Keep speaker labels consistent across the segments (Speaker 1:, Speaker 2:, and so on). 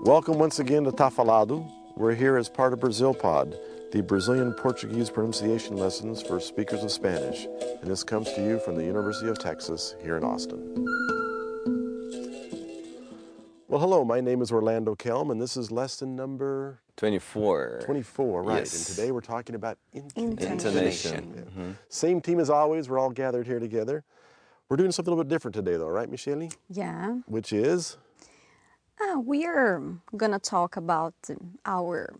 Speaker 1: Welcome once again to Tafalado. We're here as part of Brazil Pod, the Brazilian Portuguese pronunciation lessons for speakers of Spanish, and this comes to you from the University of Texas here in Austin. Well, hello, my name is Orlando Kelm, and this is lesson number
Speaker 2: 24.
Speaker 1: 24, right?
Speaker 2: Yes.
Speaker 1: And today we're talking about intonation.
Speaker 2: Intonation.
Speaker 1: Same team as always, we're all gathered here together. We're doing something a little bit different today, though, right, Michele?
Speaker 3: Yeah.
Speaker 1: Which is
Speaker 3: Ah, we're gonna talk about our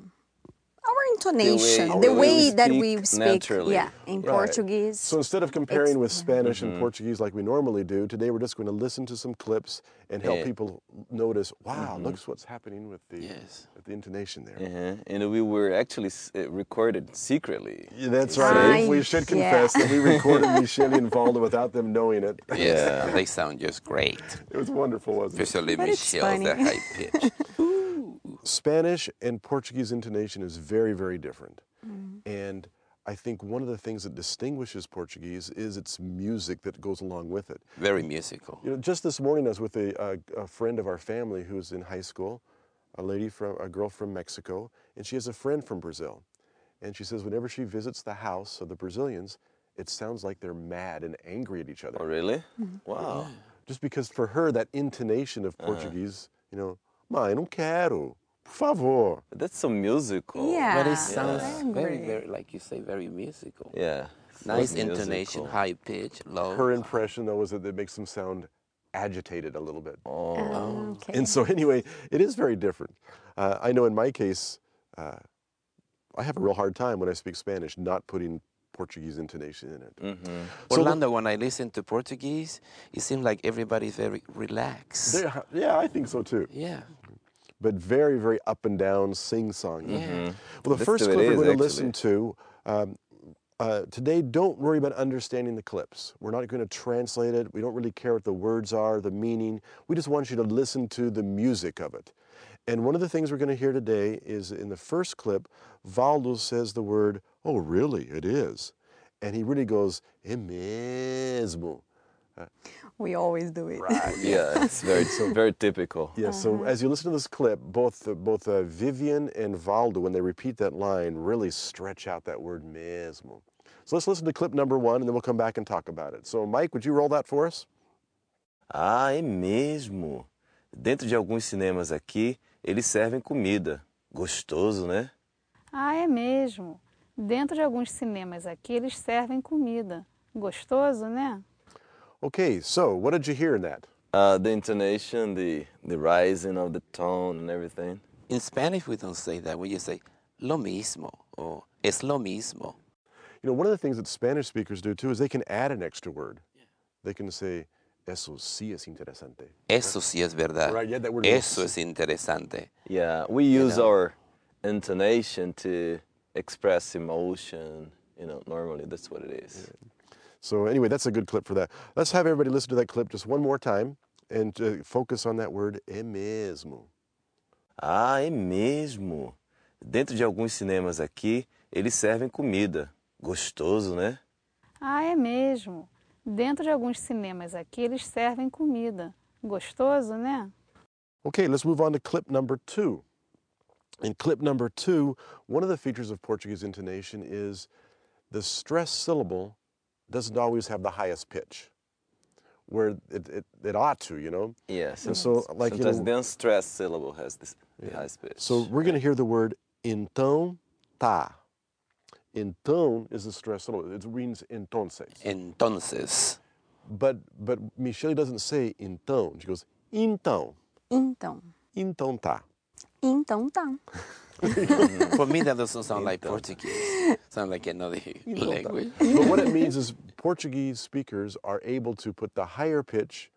Speaker 3: our intonation, the way,
Speaker 2: the way we
Speaker 3: that
Speaker 2: speak
Speaker 3: we speak.
Speaker 2: naturally.
Speaker 3: Yeah, in
Speaker 1: Right.
Speaker 3: Portuguese.
Speaker 1: So instead of comparing with Spanish and Portuguese like we normally do, today we're just going to listen to some clips and help
Speaker 2: Yeah. Mm-hmm.
Speaker 1: people notice. Wow, looks what's happening with the
Speaker 2: Yes.
Speaker 1: with the intonation there.
Speaker 2: Uh-huh. And we were actually s- uh, recorded secretly.
Speaker 1: Yeah, That's right.
Speaker 3: Right.
Speaker 1: We should
Speaker 3: Yeah.
Speaker 1: confess that we recorded Michelle and Valda without them knowing it.
Speaker 4: Yeah, they sound just great,
Speaker 1: It was wonderful, wasn't it?
Speaker 4: especially
Speaker 3: But it's
Speaker 4: Michelle, the
Speaker 3: funny.
Speaker 4: high pitch.
Speaker 1: Spanish and Portuguese intonation is very, very different. And I think one of the things that distinguishes Portuguese is its music that goes along with it.
Speaker 4: Very musical.
Speaker 1: You know, just this morning I was with a, uh, a friend of our family who's in high school, a lady from a girl from Mexico, and she has a friend from Brazil. And she says whenever she visits the house of the Brazilians, it sounds like they're mad and angry at each other.
Speaker 2: Oh, really?
Speaker 3: Mm-hmm.
Speaker 2: Wow.
Speaker 1: Just because for her that intonation of Portuguese, you know, mãe, não quero, por favor.
Speaker 2: That's so musical.
Speaker 3: Yeah.
Speaker 4: But
Speaker 3: Ah,
Speaker 4: it sounds very,
Speaker 3: angry.
Speaker 4: very, like you say, very musical.
Speaker 2: Yeah. It's
Speaker 4: Nice
Speaker 2: musical.
Speaker 4: intonation, high pitch, low.
Speaker 1: Her impression though is that it makes them sound agitated a little bit.
Speaker 3: Ah, okay.
Speaker 1: And so, anyway, it is very different. Uh, I know in my case, uh, I have a real hard time when I speak Spanish not putting Portuguese intonation in it. So the-
Speaker 4: Orlando, when I listen to Portuguese, it seems like everybody's very relaxed.
Speaker 1: There- yeah, I think so too.
Speaker 4: yeah.
Speaker 1: But very, very up and down, sing song. Well, the
Speaker 2: That's
Speaker 1: first
Speaker 2: the way
Speaker 1: clip
Speaker 2: it
Speaker 1: we're
Speaker 2: is,
Speaker 1: going to listen to um, uh, today, don't worry about understanding the clips. We're not going to translate it. We don't really care what the words are, the meaning. We just want you to listen to the music of it. And one of the things we're going to hear today is in the first clip, Valdo says the word, oh, really, it is. And he really goes, é mesmo.
Speaker 3: we always do it.
Speaker 2: Yeah, it's very, very typical.
Speaker 1: Yeah, so as you listen to this clip, both uh, both uh, Vivian and Valdo, when they repeat that line, really stretch out that word mesmo. So let's listen to clip number one, and then we'll come back and talk about it. So, Mike, would you roll that for us?
Speaker 2: Ah, é mesmo. Dentro de alguns cinemas aqui, eles servem comida. Gostoso, né?
Speaker 5: Ah, é mesmo. Dentro de alguns cinemas aqui eles servem comida. Gostoso, né?
Speaker 1: Okay, so what did you hear in that?
Speaker 2: Uh, the intonation, the, the rising of the tone and everything.
Speaker 4: In Spanish, we don't say that. We just say lo mismo or es lo mismo.
Speaker 1: You know, one of the things that Spanish speakers do too is they can add an extra word. They can say, eso sí es interesante.
Speaker 4: Eso sí es verdad.
Speaker 1: Right, yeah, that word is-
Speaker 4: Eso es interesante.
Speaker 2: Yeah, we use our intonation to express emotion. You know, normally that's what it is.
Speaker 1: So, anyway, that's a good clip for that. Let's have everybody listen to that clip just one more time and uh, focus on that word, é mesmo.
Speaker 2: Ah, é mesmo. Dentro de alguns cinemas aqui, eles servem comida. Gostoso, né?
Speaker 5: Ah, é mesmo. Dentro de alguns cinemas aqui eles servem comida. Gostoso, né?
Speaker 1: Okay, let's move on to clip number two. In clip number two, one of the features of Portuguese intonation is the stress syllable doesn't always have the highest pitch, where it, it, it ought to, you know?
Speaker 2: Yes.
Speaker 1: And so, like, you
Speaker 2: Sometimes
Speaker 1: know,
Speaker 2: the unstressed syllable has this the high pitch.
Speaker 1: so we're going to hear the word então tá. Então is the stress syllable. It means entonces.
Speaker 4: Entonces,
Speaker 1: But, but Michelle doesn't say então. She goes então.
Speaker 3: Então,
Speaker 1: Então tá.
Speaker 3: então tá.
Speaker 1: Mm.
Speaker 4: for me that doesn't sound like Portuguese. Sound like another language.
Speaker 1: but what it means is Portuguese speakers are able to put the higher pitch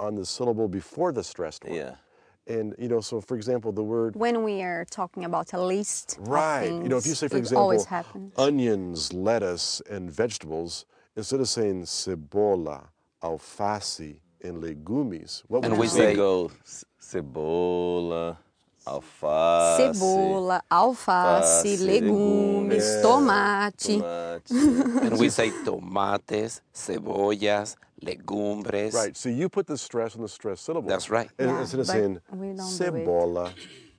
Speaker 1: on the syllable before the stressed one.
Speaker 2: Yeah.
Speaker 1: And you know, so for example, the word
Speaker 3: When we are talking about a list, of
Speaker 1: right, you know, if you
Speaker 3: things,
Speaker 1: say for
Speaker 3: it
Speaker 1: example
Speaker 3: always happens.
Speaker 1: onions, lettuce, and vegetables, instead of saying cebola, alface, and legumes, what would
Speaker 4: And
Speaker 1: you
Speaker 4: we
Speaker 2: We
Speaker 4: say-
Speaker 2: go ce- cebola, alface.
Speaker 3: Cebola, alface,
Speaker 2: alface,
Speaker 3: legumes,
Speaker 2: legumes,
Speaker 3: tomate.
Speaker 2: Ah, É, tomate.
Speaker 4: And we say tomates, cebollas, legumbres.
Speaker 1: Right, so you put the stress on the stressed syllable.
Speaker 4: That's right.
Speaker 1: And
Speaker 3: Yeah,
Speaker 1: instead of
Speaker 3: but
Speaker 1: saying
Speaker 3: we don't do it.
Speaker 1: cebola,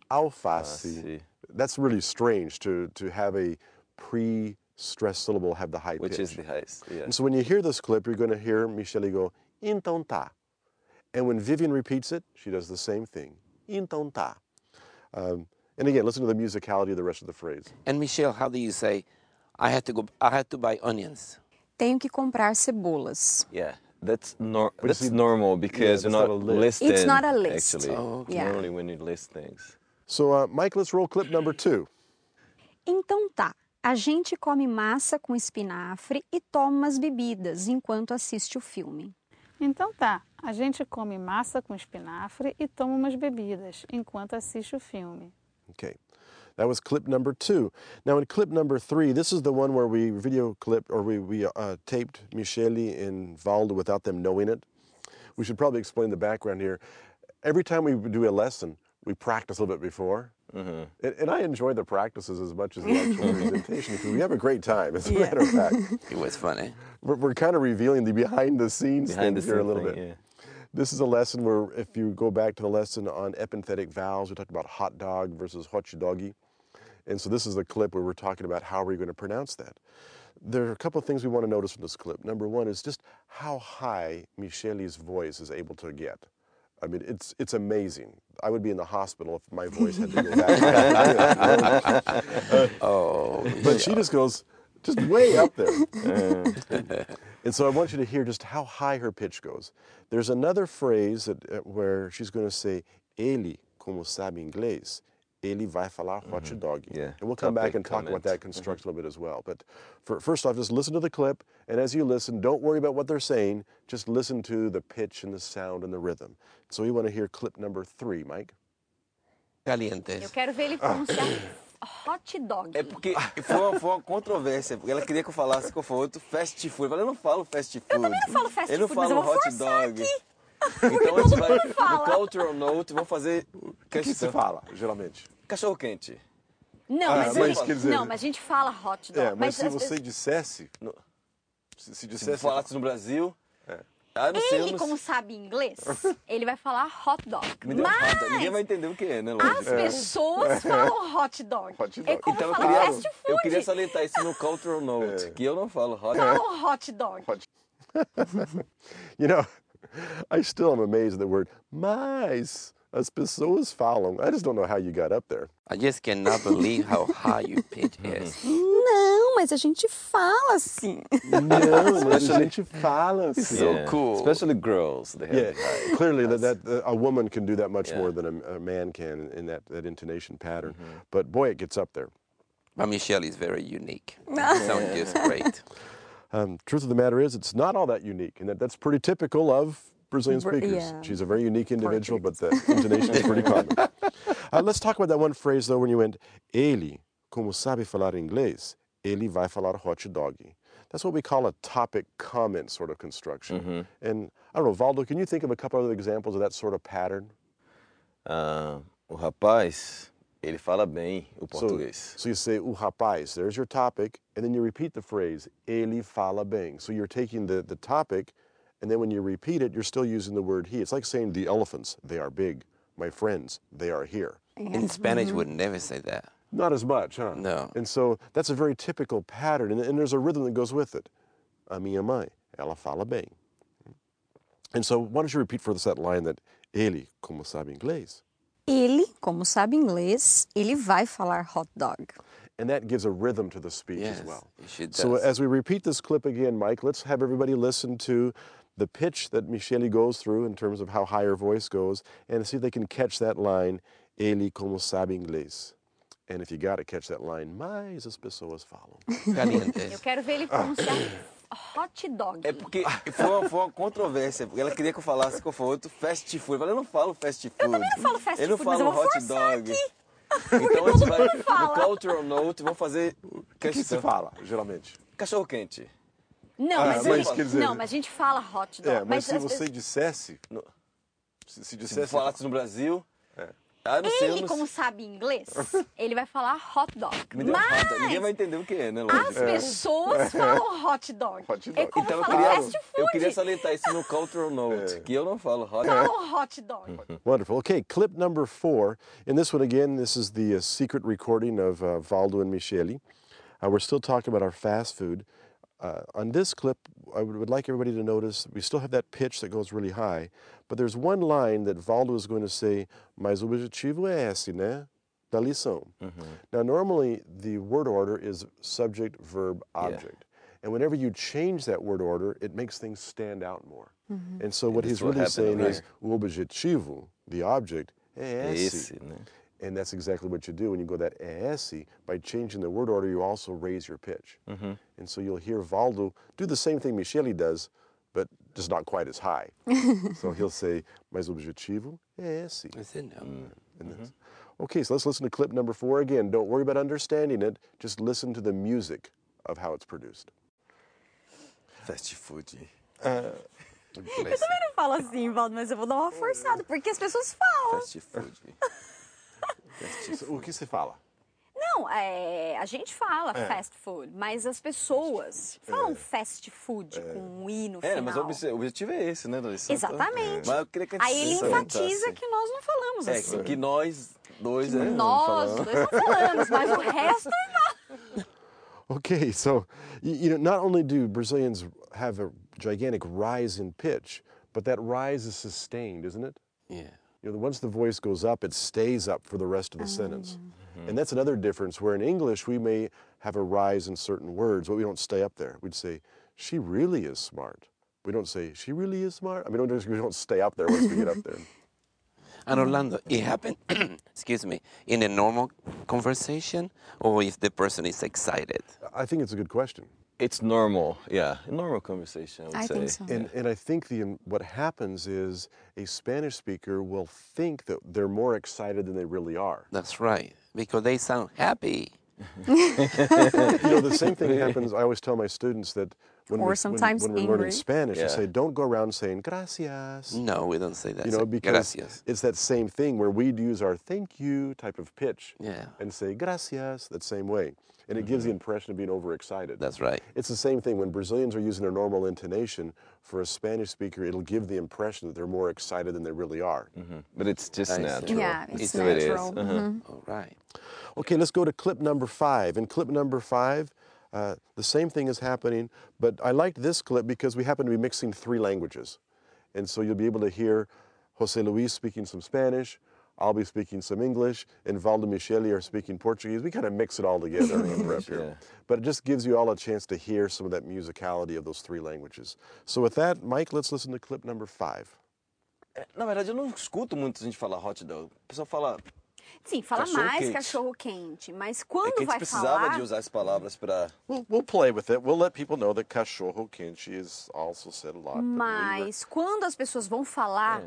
Speaker 1: alface.
Speaker 2: Alface.
Speaker 1: That's really strange to, to have a pre stressed syllable have the high
Speaker 2: which
Speaker 1: pitch.
Speaker 2: is the highest. Yeah.
Speaker 1: And so when you hear this clip, you're going to hear Michele go, então tá. And when Vivian repeats it, she does the same thing, então tá. Um, and again, listen to the musicality of the rest of the phrase.
Speaker 4: And Michelle, how do you say, I had to go, I had to buy onions?
Speaker 3: Tenho que comprar cebolas.
Speaker 2: Yeah, that's nor- that's
Speaker 1: see-
Speaker 2: normal
Speaker 1: that's
Speaker 2: because you're
Speaker 1: not a
Speaker 2: not,
Speaker 1: list.
Speaker 2: listing.
Speaker 3: It's not a list.
Speaker 2: Actually,
Speaker 3: Oh, okay. Yeah.
Speaker 2: normally when you list things.
Speaker 1: So, uh, Mike, let's roll clip number two.
Speaker 3: Então tá. A gente come massa com espinafre e toma umas bebidas enquanto assiste o filme.
Speaker 5: Então tá, a gente come massa com espinafre e toma umas bebidas enquanto assiste o filme.
Speaker 1: Okay. That was clip number two. Now, in clip number three, this is the one where we video clipped or we, we uh, taped Michele and Valdo without them knowing it. We should probably explain the background here. Every time we do a lesson, we practice a little bit before. And, and I enjoy the practices as much as the actual presentation because we have a great time, as a matter of fact.
Speaker 4: It was funny.
Speaker 1: We're, we're kind of revealing the behind the scenes
Speaker 2: Behind the
Speaker 1: thing here a
Speaker 2: scenes
Speaker 1: little
Speaker 2: thing,
Speaker 1: bit.
Speaker 2: yeah.
Speaker 1: This is a lesson where, if you go back to the lesson on epithetic vowels, we talked about hot dog versus hot doggy. And so this is the clip where we're talking about how we're going to pronounce that. There are a couple of things we want to notice from this clip. Number one is just how high Michele's voice is able to get. I mean, it's it's amazing. I would be in the hospital if my voice had to go that high.
Speaker 4: Oh,
Speaker 1: But she just goes just way up there.
Speaker 2: Uh,
Speaker 1: And so I want you to hear just how high her pitch goes. There's another phrase that, uh, where she's going to say, ele, como sabe inglês, ele vai falar hot dog.
Speaker 2: Mm-hmm. yeah.
Speaker 1: And we'll come back
Speaker 2: Topic
Speaker 1: and talk about
Speaker 2: comment. Mm-hmm.
Speaker 1: that constructs a little bit as well. But for, first off, just listen to the clip. And as you listen, don't worry about what they're saying. Just listen to the pitch and the sound and the rhythm. So you want to hear clip number three, Mike.
Speaker 4: calientes.
Speaker 3: Quero ver ele pronunciar hot dog.
Speaker 2: Ah. É porque foi uma, foi uma controvérsia, porque ela queria que eu falasse que eu fosse outro fast food. Eu falei, eu não falo fast food. Eu
Speaker 3: também não falo fast
Speaker 2: Eu não
Speaker 3: food, mas
Speaker 2: falo
Speaker 3: eu vou
Speaker 2: hot
Speaker 3: forçar
Speaker 2: dog. Então a gente vai
Speaker 3: fala.
Speaker 2: no cultural note, vamos fazer
Speaker 1: O que se
Speaker 2: questão.
Speaker 1: fala, geralmente?
Speaker 2: Cachorro quente.
Speaker 3: Não, mas,
Speaker 2: Ah, mas
Speaker 3: ele-
Speaker 2: quer
Speaker 1: dizer-
Speaker 3: não, mas a gente fala hot dog.
Speaker 1: É, mas se
Speaker 3: às vezes-
Speaker 1: você dissesse...
Speaker 2: No-
Speaker 1: Se, se
Speaker 2: Se você
Speaker 1: dissesse...
Speaker 2: falasse no Brasil, ah, não sei, eu
Speaker 3: Ele,
Speaker 2: não
Speaker 3: como
Speaker 2: sei.
Speaker 3: sabe inglês, ele vai falar hot dog.
Speaker 2: Me deu uma
Speaker 3: mas
Speaker 2: raiva. Ninguém vai entender o que é, né?
Speaker 3: as
Speaker 2: Lógico.
Speaker 3: pessoas falam hot dog.
Speaker 1: Hot
Speaker 3: É
Speaker 1: dog.
Speaker 3: como
Speaker 2: Então eu
Speaker 3: falar
Speaker 2: queria,
Speaker 3: fast food.
Speaker 2: eu queria salientar isso no cultural note, que eu não falo hot dog.
Speaker 3: Falam um hot dog.
Speaker 1: You know, I still am amazed at the word mais. As pessoas falam. I just don't know how you got up there.
Speaker 4: I just cannot believe how high your pitch
Speaker 1: Mm-hmm.
Speaker 4: is.
Speaker 3: Não, mas a gente fala assim.
Speaker 1: No, mas a gente fala.
Speaker 4: So cool.
Speaker 2: É. Especially girls. They have
Speaker 1: Yeah,
Speaker 2: the high.
Speaker 1: clearly that, that uh, a woman can do that much more than a, a man can in that, that intonation pattern. But boy, it gets up there.
Speaker 4: But Michelle is very unique. Sounds just great.
Speaker 1: Um, truth of the matter is, it's not all that unique, and that, that's pretty typical of Brazilian
Speaker 3: Bra-
Speaker 1: speakers.
Speaker 3: yeah.
Speaker 1: She's a very unique individual, but the intonation is pretty common. Uh, let's talk about that one phrase though. When you went, ele, como sabe falar inglês, ele vai falar hot dog. That's what we call a topic comment sort of construction. And I don't know, Valdo, can you think of a couple other examples of that sort of pattern?
Speaker 2: Ah, o rapaz, ele fala bem o português.
Speaker 1: So you say, o rapaz, there's your topic, and then you repeat the phrase, ele fala bem. So you're taking the, the topic, and then when you repeat it, you're still using the word he. It's like saying the elephants, they are big. My friends, they are here.
Speaker 4: In Spanish, would never say that.
Speaker 1: Not as much, huh?
Speaker 4: No.
Speaker 1: And so that's a very typical pattern, and, and there's a rhythm that goes with it. A minha mãe, ela fala bem. And so why don't you repeat for us that line that ele, como sabe inglês?
Speaker 3: Ele, como sabe inglês, ele vai falar hot dog.
Speaker 1: And that gives a rhythm to the speech
Speaker 4: Yes,
Speaker 1: as well.
Speaker 4: she does.
Speaker 1: So as we repeat this clip again, Mike, let's have everybody listen to the pitch that Michele goes through in terms of how high her voice goes and see if they can catch that line, ele como sabe inglês. And if you got to catch that line, mais as pessoas falam.
Speaker 4: Calientes.
Speaker 3: Quero ver ele pronunciar hot dog.
Speaker 2: Ah. É porque foi uma, foi uma controvérsia, porque ela queria que eu falasse que eu fosse outro fast food. Eu falei, eu não falo fast food. Eu
Speaker 3: também não falo fast
Speaker 2: não
Speaker 3: food,
Speaker 2: falo
Speaker 3: mas eu vou
Speaker 2: hot
Speaker 3: forçar
Speaker 2: dog. Então a gente vai no
Speaker 3: fala.
Speaker 2: cultural note, vamos fazer
Speaker 1: O que se
Speaker 2: questão.
Speaker 1: fala, geralmente?
Speaker 2: Cachorro quente. Ah,
Speaker 3: Não, mas,
Speaker 1: mas
Speaker 3: ele-
Speaker 1: quer dizer-
Speaker 3: não, mas a gente fala hot dog.
Speaker 1: É, mas se
Speaker 3: às vezes-
Speaker 1: você dissesse...
Speaker 2: No-
Speaker 1: Se, se
Speaker 2: Se
Speaker 1: dissesse...
Speaker 2: falasse no Brasil, Ah, não sei, eu
Speaker 3: Ele,
Speaker 2: não
Speaker 3: como
Speaker 2: sei.
Speaker 3: sabe inglês, ele vai falar hot dog.
Speaker 2: Me deu
Speaker 3: Mas
Speaker 2: falta. Ninguém vai entender o que é, né,
Speaker 3: as
Speaker 2: lógico.
Speaker 3: pessoas falam hot dog.
Speaker 1: Hot
Speaker 3: É
Speaker 1: dog.
Speaker 3: como
Speaker 2: Então eu
Speaker 3: falar
Speaker 2: queria,
Speaker 3: fast
Speaker 2: eu queria
Speaker 3: food.
Speaker 2: salientar isso no cultural note, que eu não falo hot dog.
Speaker 3: Falam hot
Speaker 2: Hum.
Speaker 3: dog.
Speaker 1: Wonderful. Okay, clip number four. In this one, again, this is the uh, secret recording of uh, Valdo and Michele. Uh, we're still talking about our fast food. Uh, on this clip, I would, would like everybody to notice we still have that pitch that goes really high, but there's one line that Valdo is going to say, Mas o objetivo é esse, né? Da lição. Now, normally, the word order is subject, verb, object. And whenever you change that word order, it makes things stand out more. And so, what
Speaker 2: that's
Speaker 1: he's
Speaker 2: what
Speaker 1: really
Speaker 2: happened
Speaker 1: saying
Speaker 2: over
Speaker 1: is, o objetivo, the object, é esse.
Speaker 2: Esse, né?
Speaker 1: And that's exactly what you do when you go that é esse. By changing the word order, you also raise your pitch. And so you'll hear Valdo do the same thing Michele does, but just not quite as high. so he'll say, mas o objetivo é esse.
Speaker 4: Is it? No.
Speaker 1: And that's- Okay, so let's listen to clip number four again. Don't worry about understanding it, just listen to the music of how it's produced.
Speaker 2: Fast food.
Speaker 4: Bless
Speaker 3: Eu não falo assim, Valdo, mas eu vou dar uma forçada, porque as pessoas falam.
Speaker 2: Fast food.
Speaker 1: So, o que se fala?
Speaker 3: Não, é, a gente fala fast food, mas as pessoas falam fast food com um i no
Speaker 2: É,
Speaker 3: final.
Speaker 2: mas o obje- o objetivo é esse, né, Larissa?
Speaker 3: Exatamente.
Speaker 2: Mas eu queria que a gente
Speaker 3: Aí ele
Speaker 2: salientasse.
Speaker 3: enfatiza que nós não falamos
Speaker 2: É,
Speaker 3: assim.
Speaker 2: que, que nós dois, né?
Speaker 3: Nós
Speaker 2: falamos.
Speaker 3: dois não falamos, mas o resto é
Speaker 1: Okay, so you, you know, not only do Brazilians have a gigantic rise in pitch, but that rise is sustained, isn't it?
Speaker 4: Yeah.
Speaker 1: You know, once the voice goes up, it stays up for the rest of the sentence. And that's another difference where in English we may have a rise in certain words, but we don't stay up there. We'd say, she really is smart. We don't say, she really is smart. I mean, we don't, we don't stay up there once we get up there.
Speaker 4: And Orlando, it happened, excuse me, in a normal conversation or if the person is excited?
Speaker 1: I think it's a good question.
Speaker 2: It's normal, yeah. Normal conversation, I would
Speaker 3: I
Speaker 2: say.
Speaker 3: think so.
Speaker 1: And, and I think the, um, what happens is a Spanish speaker will think that they're more excited than they really are.
Speaker 4: That's right, because they sound happy.
Speaker 1: you know, the same thing happens. I always tell my students that when,
Speaker 3: Or
Speaker 1: we,
Speaker 3: sometimes
Speaker 1: when, when we're
Speaker 3: angry.
Speaker 1: learning Spanish, I
Speaker 2: Yeah.
Speaker 1: say, don't go around saying gracias.
Speaker 4: No, we don't say that.
Speaker 1: You know,
Speaker 4: So,
Speaker 1: because
Speaker 4: Mm, Gracias.
Speaker 1: it's that same thing where we'd use our thank you type of pitch
Speaker 4: Yeah. Mm-hmm.
Speaker 1: and say gracias that same way. And it gives the impression of being overexcited.
Speaker 4: That's right.
Speaker 1: It's the same thing when Brazilians are using their normal intonation for a Spanish speaker, it'll give the impression that they're more excited than they really are.
Speaker 2: But it's just
Speaker 4: see.
Speaker 2: natural.
Speaker 3: Yeah, it's
Speaker 2: the way it is.
Speaker 3: natural.
Speaker 2: Uh-huh.
Speaker 4: All right.
Speaker 1: Okay, let's go to clip number five. In clip number five, uh, the same thing is happening, but I liked this clip because we happen to be mixing three languages. And so you'll be able to hear Jose Luis speaking some Spanish, I'll be speaking some English, and Valdo Michele are speaking Portuguese. We kind of mix it all together when we're up here. But it just gives you all a chance to hear some of that musicality of those three languages. So with that, Mike, let's listen to clip number five.
Speaker 2: Na verdade, eu não escuto muito a gente falar hot dog. O pessoal fala.
Speaker 3: Sim, fala
Speaker 2: Cachorro
Speaker 3: mais
Speaker 2: quente.
Speaker 3: cachorro quente, mas
Speaker 2: É
Speaker 3: quando
Speaker 2: que a gente
Speaker 3: vai
Speaker 2: precisava
Speaker 3: falar
Speaker 2: de usar as palavras pra.
Speaker 6: We'll, we'll play with it. We'll let people know that cachorro quente is also said a lot. but we were-
Speaker 3: Mas quando as pessoas vão falar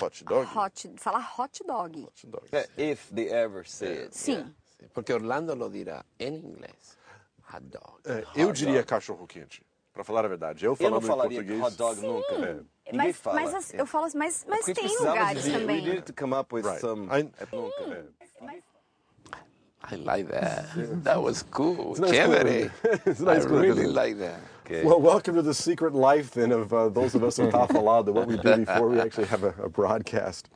Speaker 6: hot dog.
Speaker 3: hot, falar hot dog.
Speaker 6: hot dogs.
Speaker 2: É, If they ever say it.
Speaker 6: É.
Speaker 3: Sim.
Speaker 4: Porque Orlando lo dirá em inglês. Hot dog.
Speaker 6: É,
Speaker 1: Eh.
Speaker 6: eu diria cachorro quente. Pra falar a verdade, eu
Speaker 2: Eu
Speaker 6: falando
Speaker 2: não falaria
Speaker 6: em português.
Speaker 2: hot dog nunca. É. Ninguém
Speaker 3: Mas,
Speaker 2: fala. É
Speaker 3: mas as- eu falo assim, mas, mas
Speaker 2: Porque a gente
Speaker 3: tem
Speaker 2: precisava
Speaker 3: lugares
Speaker 2: de, We
Speaker 3: também.
Speaker 2: needed to come up with
Speaker 6: Right.
Speaker 2: some.
Speaker 6: I-
Speaker 2: nunca. né?
Speaker 4: I like that. That was cool.
Speaker 1: nice
Speaker 4: Chévere.
Speaker 1: It's a nice
Speaker 4: I
Speaker 1: clip,
Speaker 4: really
Speaker 1: isn't it?
Speaker 4: like that.
Speaker 1: Well, welcome to the secret life then of uh, those of us in Tafalada, what we do before we actually have a, a broadcast.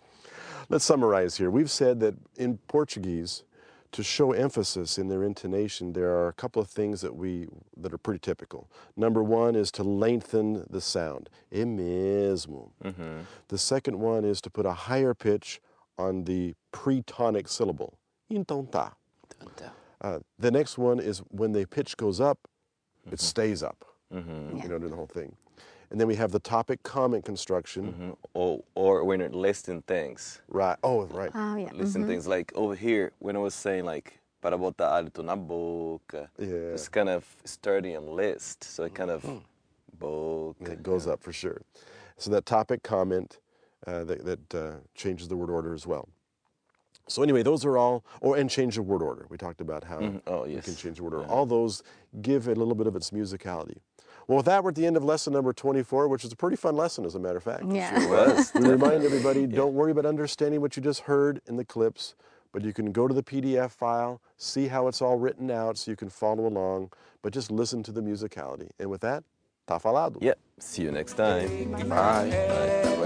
Speaker 1: Let's summarize here. We've said that in Portuguese, to show emphasis in their intonation, there are a couple of things that we that are pretty typical. Number one is to lengthen the sound, e mesmo. The second one is to put a higher pitch on the pretonic syllable, então tá.
Speaker 4: Então,
Speaker 1: Uh, the next one is when the pitch goes up, it stays up. You know, do the whole thing. And then we have the topic comment construction.
Speaker 2: Mm. Mm-hmm. Or, or when you're listing things.
Speaker 1: Right. Oh, right.
Speaker 3: Ah, yeah.
Speaker 2: Listing things like over here, when I was saying like. Para botar hálito na boca.
Speaker 1: Yeah.
Speaker 2: It's kind of sturdy and list. So it kind of.
Speaker 6: Mm-hmm.
Speaker 2: Boca.
Speaker 1: It goes up for sure. So that topic comment uh, that, that uh, changes the word order as well. So anyway, those are all, or and change the word order. We talked about how
Speaker 2: Oh,
Speaker 1: we
Speaker 2: yes.
Speaker 1: can change the word order. All those give a little bit of its musicality. Well, with that, we're at the end of lesson number 24, which is a pretty fun lesson, as a matter of fact.
Speaker 3: Yeah.
Speaker 2: Was.
Speaker 1: We remind everybody don't worry about understanding what you just heard in the clips, but you can go to the PDF file, see how it's all written out so you can follow along, but just listen to the musicality. And with that, tá falado.
Speaker 2: yeah. See you next time.
Speaker 6: Bye.
Speaker 2: Bye.